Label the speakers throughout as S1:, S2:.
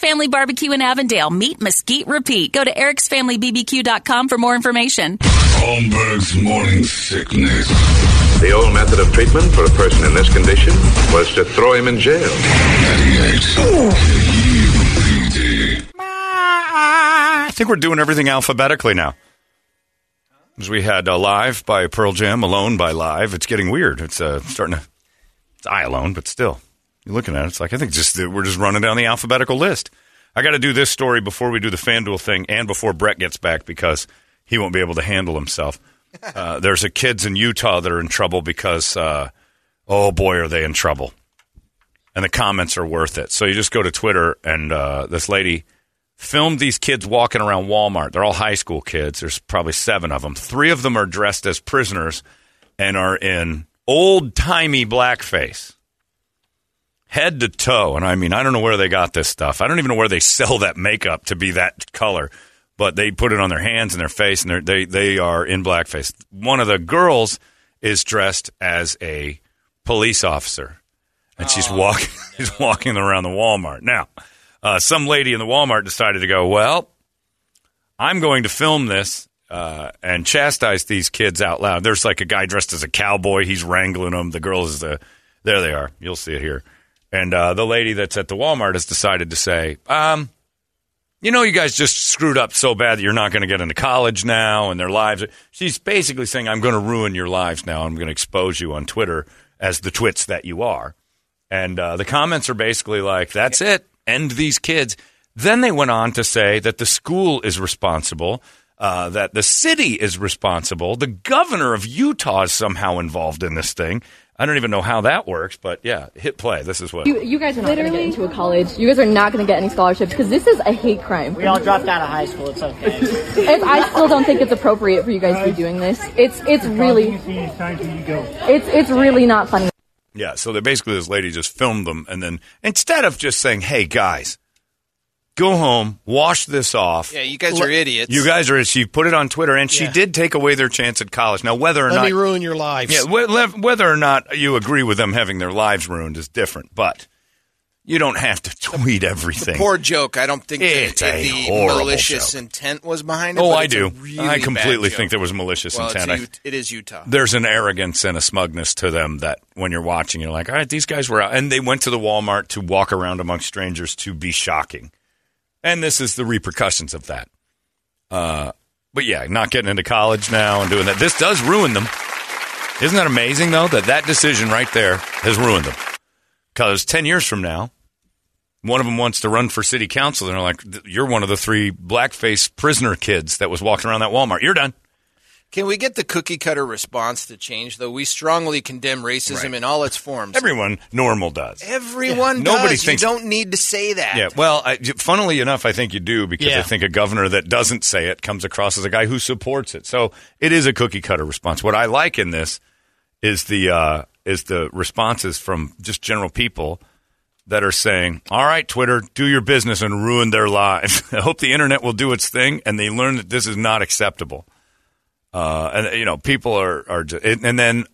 S1: Family Barbecue in Avondale. Meet, mesquite, repeat. Go to ericsfamilybbq.com for more information.
S2: Holmberg's morning sickness.
S3: The old method of treatment for a person in this condition was to throw him in jail.
S2: 98. KUPD.
S4: I think we're doing everything alphabetically now. As we had uh, Live by Pearl Jam, Alone by Live. It's getting weird. It's uh, starting to. It's I Alone, but still. You're looking at it. It's like, I think just that we're just running down the alphabetical list. I got to do this story before we do the FanDuel thing and before Brett gets back because he won't be able to handle himself. Uh, there's a kids in Utah that are in trouble because, uh, oh boy, are they in trouble and the comments are worth it. So you just go to Twitter, and uh, this lady filmed these kids walking around Walmart. They're all high school kids. There's probably seven of them. Three of them are dressed as prisoners and are in old timey blackface, head to toe. And I mean, I don't know where they got this stuff. I don't even know where they sell that makeup to be that color. But they put it on their hands and their face, and they're, they they are in blackface. One of the girls is dressed as a police officer and she's walking she's walking around the Walmart. Now, uh, some lady in the Walmart decided to go. Well, I'm going to film this uh, and chastise these kids out loud. There's like a guy dressed as a cowboy. He's wrangling them. The girl is the there. They are. You'll see it here. And uh, the lady that's at the Walmart has decided to say, um, you know, you guys just screwed up so bad that you're not going to get into college now and their lives. She's basically saying, I'm going to ruin your lives now. I'm going to expose you on Twitter as the twits that you are. And uh, the comments are basically like, that's it, end these kids. Then they went on to say that the school is responsible, uh, that the city is responsible, the governor of Utah is somehow involved in this thing. I don't even know how that works, but yeah, hit play. This is what.
S5: You, you guys are not going to get into a college. You guys are not going to get any scholarships because this is a hate crime.
S6: We all dropped out of high school. It's okay.
S5: If I still don't think it's appropriate for you guys to be doing this, it's it's really
S7: it's time for you to go.
S5: it's it's really not funny.
S4: Yeah, so they basically this lady just filmed them, and then instead of just saying, "Hey guys, go home, wash this off,"
S8: Yeah, you guys are idiots.
S4: you guys are. She put it on Twitter, and she
S8: Yeah.
S4: did take away their chance at college. Now, whether or
S9: Let
S4: not
S9: me ruin your lives.
S4: yeah, whe- lev- whether or not you agree with them having their lives ruined is different, but you don't have to tweet everything.
S8: Poor joke. I don't think that
S4: It's a
S8: the
S4: horrible
S8: malicious
S4: joke.
S8: intent was behind it.
S4: oh,
S8: but
S4: I
S8: it's a
S4: do.
S8: really
S4: I
S8: bad
S4: completely
S8: joke.
S4: think there was malicious
S8: well,
S4: intent.
S8: it's
S4: I-
S8: Ut- it is Utah.
S4: there's an arrogance and a smugness to them that when you're watching, you're like, all right, these guys were out. And they went to the Walmart to walk around amongst strangers to be shocking. And this is the repercussions of that. Uh, but yeah, not getting into college now and doing that. This does ruin them. Isn't that amazing, though, that that decision right there has ruined them? Because 10 years from now, one of them wants to run for city council. And they're like, you're one of the three blackface prisoner kids that was walking around that Walmart. You're done.
S8: Can we get the cookie cutter response to change, though? We strongly condemn racism
S4: Right.
S8: in all its forms.
S4: Everyone normal does.
S8: Everyone
S4: Yeah.
S8: does.
S4: Nobody thinks-
S8: you don't need to say that.
S4: Yeah, well, I, funnily enough, I think you do because
S9: Yeah.
S4: I think a governor that doesn't say it comes across as a guy who supports it. So it is a cookie cutter response. What I like in this is the uh, is the responses from just general people that are saying, "All right, Twitter, do your business and ruin their lives." I hope the internet will do its thing and they learn that this is not acceptable. Uh, and you know, people are are just, and and then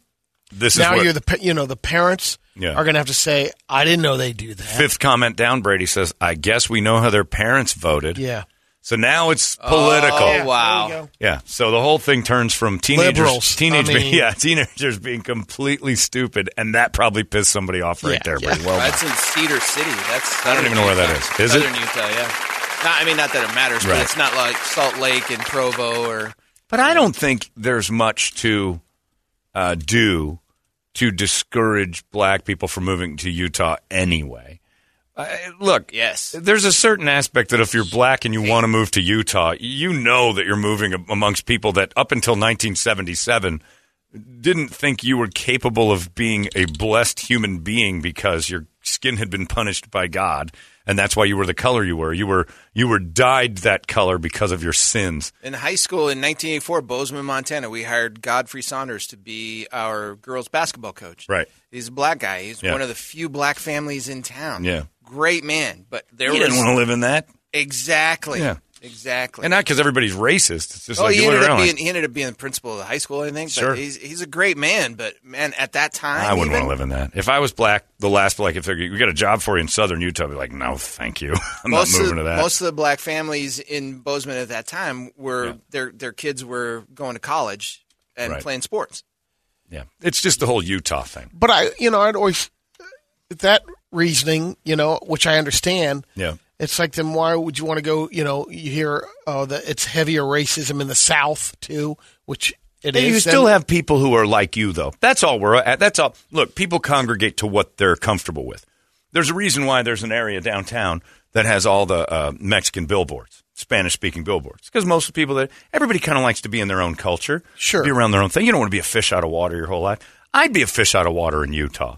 S4: this is
S9: Now
S4: where-
S9: you're the pa- you know the parents
S4: Yeah.
S9: are going to have to say, I didn't know they do that.
S4: fifth comment down. Brady says, "I guess we know how their parents voted."
S9: Yeah,
S4: So now it's political.
S8: Oh, wow.
S4: Yeah. So the whole thing turns from teenagers,
S9: Liberals.
S4: teenage,
S9: I mean-
S4: yeah, teenagers being completely stupid, and that probably pissed somebody off right
S9: Yeah,
S4: there.
S9: yeah.
S4: Brady. Well,
S8: That's in Cedar City. That's
S4: I don't even know where that
S8: Utah.
S4: is. Is it?
S8: Southern Utah, yeah. Not, I mean, not that it matters,
S4: Right.
S8: but it's not like Salt Lake and Provo or.
S4: but I don't think there's much to uh, do to discourage black people from moving to Utah anyway. I- look,
S8: Yes.
S4: there's a certain aspect that if you're black and you want to move to Utah, you know that you're moving a- amongst people that up until 1977 didn't think you were capable of being a blessed human being because your skin had been punished by God, and that's why you were the color you were. You were you were dyed that color because of your sins.
S8: In high school in 1984, Bozeman, Montana, we hired Godfrey Saunders to be our girls' basketball coach.
S4: Right.
S8: He's a black guy. He's
S4: Yeah.
S8: one of the few black families in town.
S4: Yeah.
S8: Great man. But there
S4: You
S8: was.
S4: didn't want to live in that,
S8: Exactly.
S4: Yeah.
S8: Exactly.
S4: and not because everybody's racist. It's just
S8: oh,
S4: like
S8: he
S4: you look
S8: ended, up
S4: around. like,
S8: being, he ended up being the principal of the high school, I think.
S4: Sure.
S8: But he's, he's a great man, but man, at that time.
S4: I wouldn't want
S8: even-
S4: to live in that. If I was black, the last black, if we got a job for you in southern Utah, I'd be like, no, thank you. I'm
S8: most
S4: not moving
S8: of,
S4: to that.
S8: Most of the black families in Bozeman at that time were their their kids were going to college and
S4: Right.
S8: playing sports.
S4: yeah. It's just the whole Utah thing.
S9: But I, you know, I'd always that reasoning, you know, which I understand.
S4: Yeah.
S9: It's like then why would you want to go? You know, you hear oh that it's heavier racism in the South too, which it is.
S4: you still have people who are like you, though. That's all we're at. That's all. Look, people congregate to what they're comfortable with. There's a reason why there's an area downtown that has all the uh, Mexican billboards, Spanish speaking billboards, because most of the people that everybody kind of likes to be in their own culture,
S9: Sure.
S4: be around their own thing. You don't want to be a fish out of water your whole life. I'd be a fish out of water in Utah.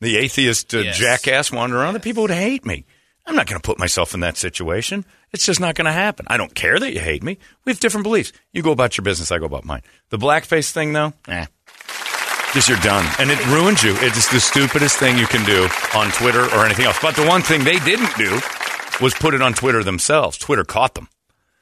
S4: The atheist uh,
S8: Yes.
S4: jackass wandering around, the people would hate me. I'm not going to put myself in that situation. It's just not going to happen. I don't care that you hate me. We have different beliefs. You go about your business, I go about mine. The blackface thing, though, eh. Just you're done. And it ruins you. It's the stupidest thing you can do on Twitter or anything else. But the one thing they didn't do was put it on Twitter themselves. Twitter caught them.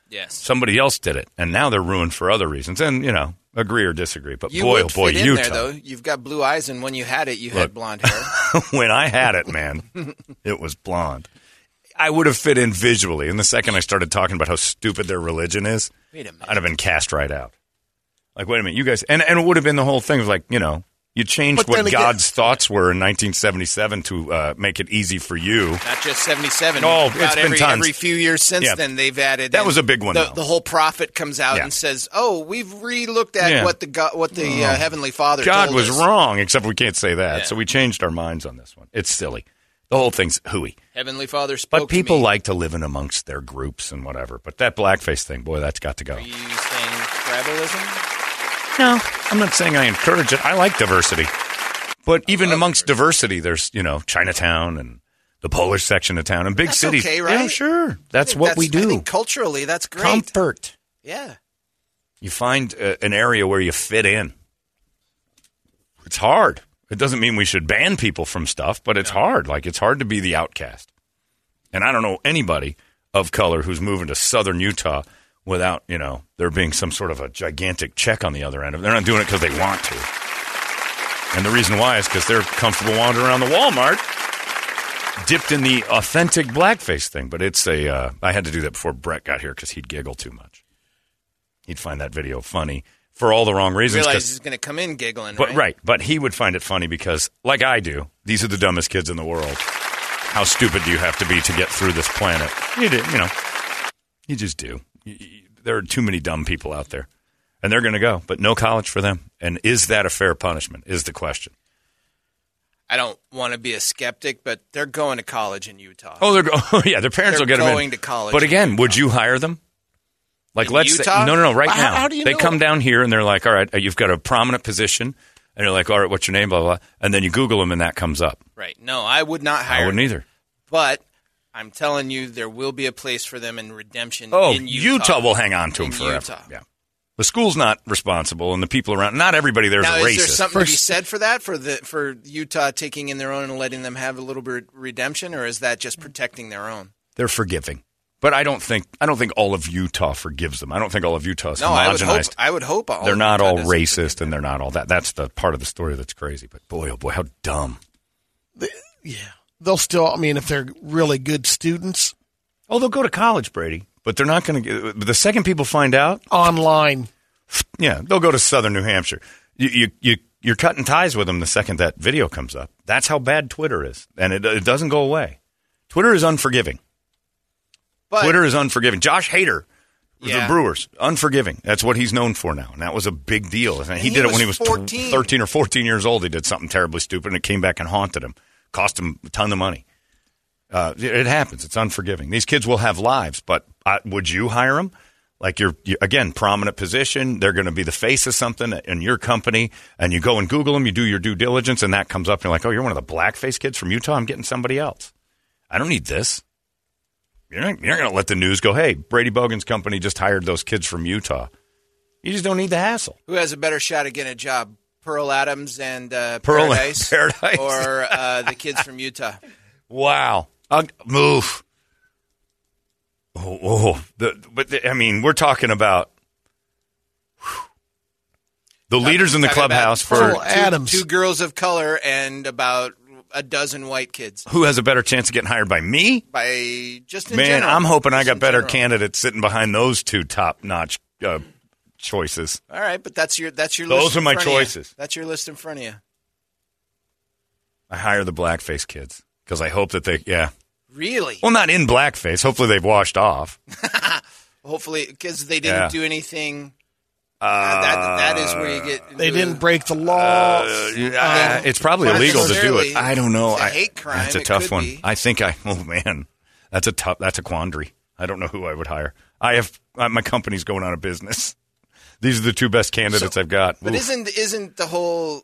S8: Yes.
S4: Somebody else did it. And now they're ruined for other reasons. And, you know, agree or disagree. But
S8: you
S4: boy,
S8: would
S4: oh boy,
S8: fit in
S4: Utah.
S8: there though. You've got blue eyes, and when you had it, you
S4: Look.
S8: had blonde hair.
S4: when I had it, man, it was blonde. I would have fit in visually. And the second I started talking about how stupid their religion is,
S8: Wait a minute.
S4: I'd have been cast right out. Like, wait a minute, you guys, and, and it would have been the whole thing of like, you know, you changed
S9: But
S4: what
S9: then again-
S4: God's thoughts were in 1977 to uh, make it easy for you.
S8: Not just seventy-seven.
S4: Oh,
S8: About
S4: it's been
S8: every,
S4: tons.
S8: every few years since
S4: Yeah.
S8: then, they've added.
S4: That
S8: in-
S4: was a big one,
S8: The,
S4: though.
S8: the whole prophet comes out
S4: Yeah.
S8: and says, "Oh, we've re-looked at
S4: Yeah. Oh.
S8: what the God, what the uh, heavenly Father.
S4: God
S8: told
S4: was
S8: us.
S4: wrong, except we can't say that.
S8: Yeah.
S4: So we changed our minds on this one. It's silly. The whole thing's hooey.
S8: Heavenly Father spoke
S4: But people
S8: to me.
S4: like to live in amongst their groups and whatever. But that blackface thing, boy, that's got to go.
S8: Are you saying tribalism?
S4: No, I'm not saying I encourage it. I like diversity. But even amongst diversity, there's, you know, Chinatown and the Polish section of town and big
S8: That's
S4: cities.
S8: okay, right?
S4: Yeah, sure. That's
S8: I think
S4: what we
S8: I
S4: do.
S8: think culturally, that's great.
S4: Comfort.
S8: Yeah.
S4: You find uh, an area where you fit in. It's hard. It doesn't mean we should ban people from stuff, but it's hard. Like, it's hard to be the outcast. And I don't know anybody of color who's moving to southern Utah without, you know, there being some sort of a gigantic check on the other end. of it. They're not doing it because they want to. And the reason why is because they're comfortable wandering around the Walmart dipped in the authentic blackface thing. But it's a, uh, I had to do that before Brett got here because he'd giggle too much. He'd find that video funny for all the wrong reasons. 'cause-
S8: Realize he's going to come in giggling.
S4: but right, but he would find it funny because, like I do, these are the dumbest kids in the world. How stupid do you have to be to get through this planet? You do, you know, you just do. You- you- There are too many dumb people out there, and they're going to go. But no college for them. And is that a fair punishment? Is the question.
S8: I don't want to be a skeptic, but they're going to college in Utah.
S4: Oh, they're go- oh yeah, their parents
S8: They're
S4: will get them
S8: going
S4: in.
S8: to college
S4: But
S8: in
S4: again, would you hire them? Like,
S8: In
S4: let's
S8: Utah?
S4: say, no, no, no, right
S9: But how-
S4: now
S9: how do you
S4: they
S9: know?
S4: come down here and they're like, all right, uh, you've got a prominent position, and you're like, all right, what's your name, blah blah, blah. and then you Google them and that comes up.
S8: Right. No, I would not hire.
S4: I wouldn't
S8: them.
S4: either.
S8: But I'm telling you, there will be a place for them in redemption.
S4: Oh,
S8: in Utah.
S4: will hang on to him
S8: In
S4: forever.
S8: Utah.
S4: Yeah. The school's not responsible, and the people around, not everybody there's
S8: Now,
S4: a racist.
S8: is there something to be said for that? For the for Utah taking in their own and letting them have a little bit of redemption, or is that just protecting their own?
S4: They're forgiving. But I don't think I don't think all of Utah forgives them. I don't think all of Utah is
S8: No, I would hope.
S4: homogenized.
S8: I would hope. All
S4: they're
S8: of
S4: not
S8: Utah
S4: all
S8: doesn't forgive
S4: racist and they're not all that. That's the part of the story that's crazy. But boy, oh boy, how dumb.
S9: yeah, they'll still. I mean, if they're really good students
S4: Oh, they'll go to college, Brady. But they're not going to. The second people find out,
S9: online,
S4: yeah, they'll go to Southern New Hampshire. You, you, you, you're cutting ties with them the second that video comes up. That's how bad Twitter is, and it, it doesn't go away. Twitter is unforgiving.
S8: But
S4: Twitter is unforgiving. Josh Hader,
S8: Yeah.
S4: the Brewers, unforgiving. That's what he's known for now, and that was a big deal. And he,
S8: he
S4: did it when he was
S8: was
S4: tw-
S8: 14.
S4: thirteen or fourteen years old. He did something terribly stupid, and it came back and haunted him, cost him a ton of money. Uh, it it happens. It's unforgiving. These kids will have lives, but uh, would you hire them? Like you're, you again prominent position. They're going to be the face of something in your company, and you go and Google them. You do your due diligence, and that comes up. And you're like, oh, you're one of the blackface kids from Utah. I'm getting somebody else. I don't need this. You're not, you're not going to let the news go. Hey, Brady Bogan's company just hired those kids from Utah. You just don't need the hassle.
S8: Who has a better shot at getting a job? Pearl Adams and uh,
S4: Pearl and
S8: Paradise,
S4: Paradise.
S8: or uh, the kids from Utah.
S4: Wow. I'll move. Oh, oh. The, but the- I mean, we're talking about whew. the leaders in the
S8: Talking about
S4: clubhouse for
S9: Pearl Adams.
S8: Two girls of color and about a dozen white kids.
S4: who has a better chance of getting hired by me.
S8: By just in
S4: Man,
S8: general.
S4: I'm hoping I
S8: Just
S4: got
S8: in
S4: better
S8: general.
S4: candidates sitting behind those two top notch uh, choices.
S8: All right, but that's your that's your
S4: Those
S8: list
S4: are
S8: in
S4: my
S8: front of you.
S4: choices.
S8: That's your list in front of you.
S4: I hire the blackface kids because I hope that they, yeah.
S8: Really?
S4: Well, not in blackface. Hopefully they've washed off.
S8: Hopefully, because they didn't
S4: Yeah.
S8: do anything. Uh, that, that is where you get.
S9: They
S8: into-
S9: didn't break the law.
S4: Uh, it's probably illegal to do
S8: Necessarily.
S4: it. I don't know.
S8: It's a
S4: I-
S8: hate crime.
S4: That's a
S8: It
S4: tough
S8: could
S4: one.
S8: be.
S4: I think I. Oh man, that's a tough. That's a quandary. I don't know who I would hire. I have uh, my company's going out of business. These are the two best candidates I've got.
S8: But
S4: Oof.
S8: isn't isn't the whole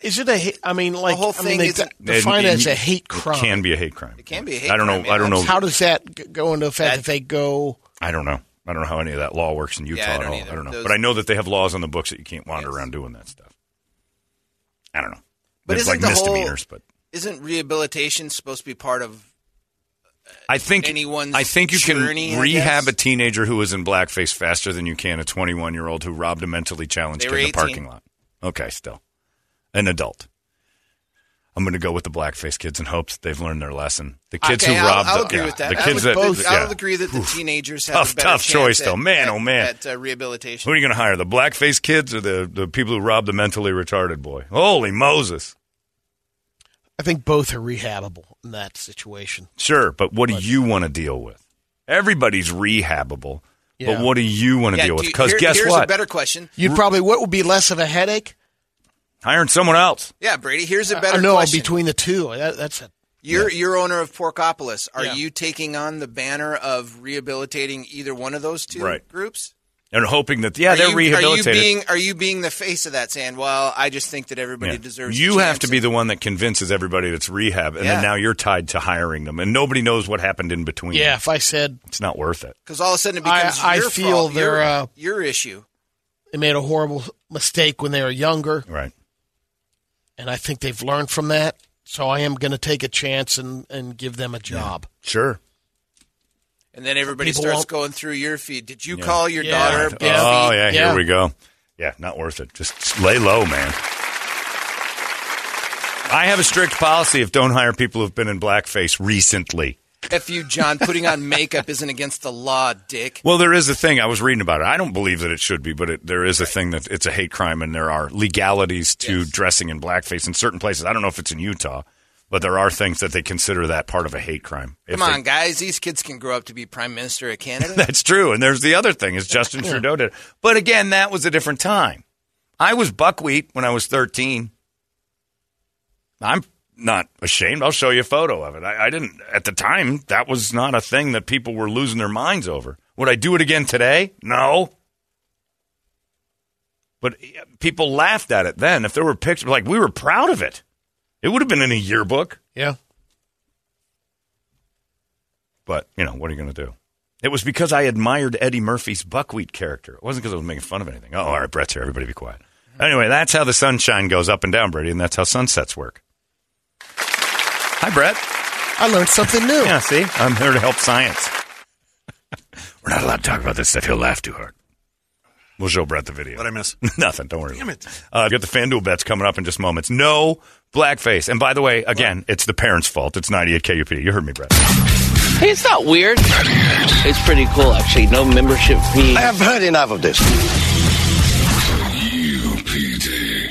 S9: Is it a? ha- I mean, like
S8: whole
S9: I mean,
S8: thing
S9: they
S8: is-
S9: de-
S8: And-
S9: define it as a hate
S4: It
S9: crime.
S4: can be a hate crime. It
S8: can be a hate
S4: I don't
S8: crime,
S4: know.
S8: yeah,
S4: I don't know.
S9: How does that g- go into effect
S8: That-
S9: if they go?
S4: I don't know. I don't know how any of that law works in Utah
S8: I
S4: at
S8: don't
S4: all.
S8: either.
S4: I don't know.
S8: Those-
S4: but I know that they have laws on the books that you can't wander
S8: Yes.
S4: around doing that stuff. I don't know.
S8: But
S4: There's
S8: isn't
S4: like
S8: the whole-
S4: misdemeanors, but
S8: isn't rehabilitation supposed to be part of?
S4: I think
S8: anyone's
S4: I think you
S8: journey,
S4: can
S8: I
S4: rehab
S8: guess?
S4: a teenager who was in blackface faster than you can a 21 year old who robbed a mentally challenged
S8: They
S4: kid
S8: were
S4: in the
S8: 18.
S4: parking lot. Okay, still an adult. I'm going to go with the blackface kids in hopes that they've learned their lesson. The kids
S8: okay,
S4: who
S8: I'll,
S4: robbed
S8: I'll
S4: the,
S8: agree
S4: yeah,
S8: with that.
S4: the
S8: I
S4: kids
S8: would
S4: that
S8: both-
S4: yeah.
S8: I'll agree that the teenagers have
S4: Tough-
S8: a better
S4: tough
S8: chance
S4: choice,
S8: at-
S4: though. Man,
S8: at-
S4: oh, man.
S8: at uh, rehabilitation.
S4: Who are you going to hire? The blackface kids or the the people who robbed the mentally retarded boy? Holy Moses!
S9: I think both are rehabable in that situation.
S4: Sure, but what do you want to deal with? Everybody's rehabable,
S9: Yeah.
S4: but what do you want to
S8: Yeah,
S4: deal
S8: do
S4: with?
S8: you-
S4: Because
S8: here-
S4: guess
S8: here's
S4: what?
S8: a better question.
S9: You'd probably what would be less of a headache?
S4: Hiring someone else.
S8: Yeah, Brady. Here's a better
S9: I know
S8: question.
S9: between the two. uh, That, that's a,
S8: You're you're owner of Porkopolis. Are
S9: Yeah.
S8: you taking on the banner of rehabilitating either one of those two
S4: Right.
S8: groups?
S4: and hoping that yeah
S8: are
S4: they're
S8: you,
S4: rehabilitated.
S8: Are you being are you being the face of that saying, well, I just think that everybody
S4: Yeah.
S8: deserves.
S4: you
S8: a
S4: have
S8: chance
S4: to be
S8: at-"
S4: the one that convinces everybody that's rehab, and
S8: Yeah.
S4: then now you're tied to hiring them, and nobody knows what happened in between.
S9: yeah. If I said
S4: it's not worth it.
S8: because all of a sudden it
S9: I-
S8: becomes
S9: I
S8: your
S9: feel
S8: fault, your,
S9: they're, uh,
S8: your issue.
S9: they made a horrible mistake when they were younger,
S4: Right?
S9: and I think they've learned from that. So I am going to take a chance and, and give them a job.
S4: Sure.
S8: And then everybody
S9: People
S8: starts
S9: won't-
S8: going through your feed. Did you call your
S9: Yeah.
S8: daughter?
S9: Yeah.
S8: Buffy?
S4: Oh yeah, here
S9: Yeah.
S4: we go. Yeah, not worth it. Just lay low, man. I have a strict policy of don't hire people who've been in blackface recently.
S8: F you, John. Putting on makeup isn't against the law, Dick.
S4: Well, there is a thing I was reading about it. I don't believe that it should be, but it, there is a thing that it's a hate crime, and there are legalities to dressing in blackface in certain places. I don't know if it's in Utah, but there are things that they consider that part of a hate crime. If
S8: Come
S4: they-
S8: on, guys. These kids can grow up to be prime minister of Canada.
S4: that's true. And there's the other thing is Justin Trudeau did, but again, that was a different time. I was buckwheat when I was 13. I'm not ashamed. I'll show you a photo of it. I, I didn't at the time. That was not a thing that people were losing their minds over. Would I do it again today? No. But eh, people laughed at it then. If there were pictures, like we were proud of it, it would have been in a yearbook.
S9: Yeah.
S4: But you know, what are you going to do? It was because I admired Eddie Murphy's buckwheat character. It wasn't because I was making fun of anything. Oh, all right, Brett's here. Everybody be quiet.
S7: Mm-hmm.
S4: Anyway, that's how the sunshine goes up and down, Brady, and that's how sunsets work. Hi, Brett.
S9: I learned something new.
S4: Yeah, see, I'm here to help science. We're not allowed to talk about this stuff. He'll laugh too hard. We'll show Brett the video.
S7: What I miss?
S4: Nothing. Don't worry.
S7: Damn
S4: about
S7: it.
S4: Uh, I've got the FanDuel bets coming up in just moments. No blackface. And by the way, again, it's the parents' fault. It's 98 KUP. You heard me, Brett.
S10: Hey, it's not weird. It's pretty cool, actually. No membership fee.
S7: I have heard enough of this.
S2: UPD.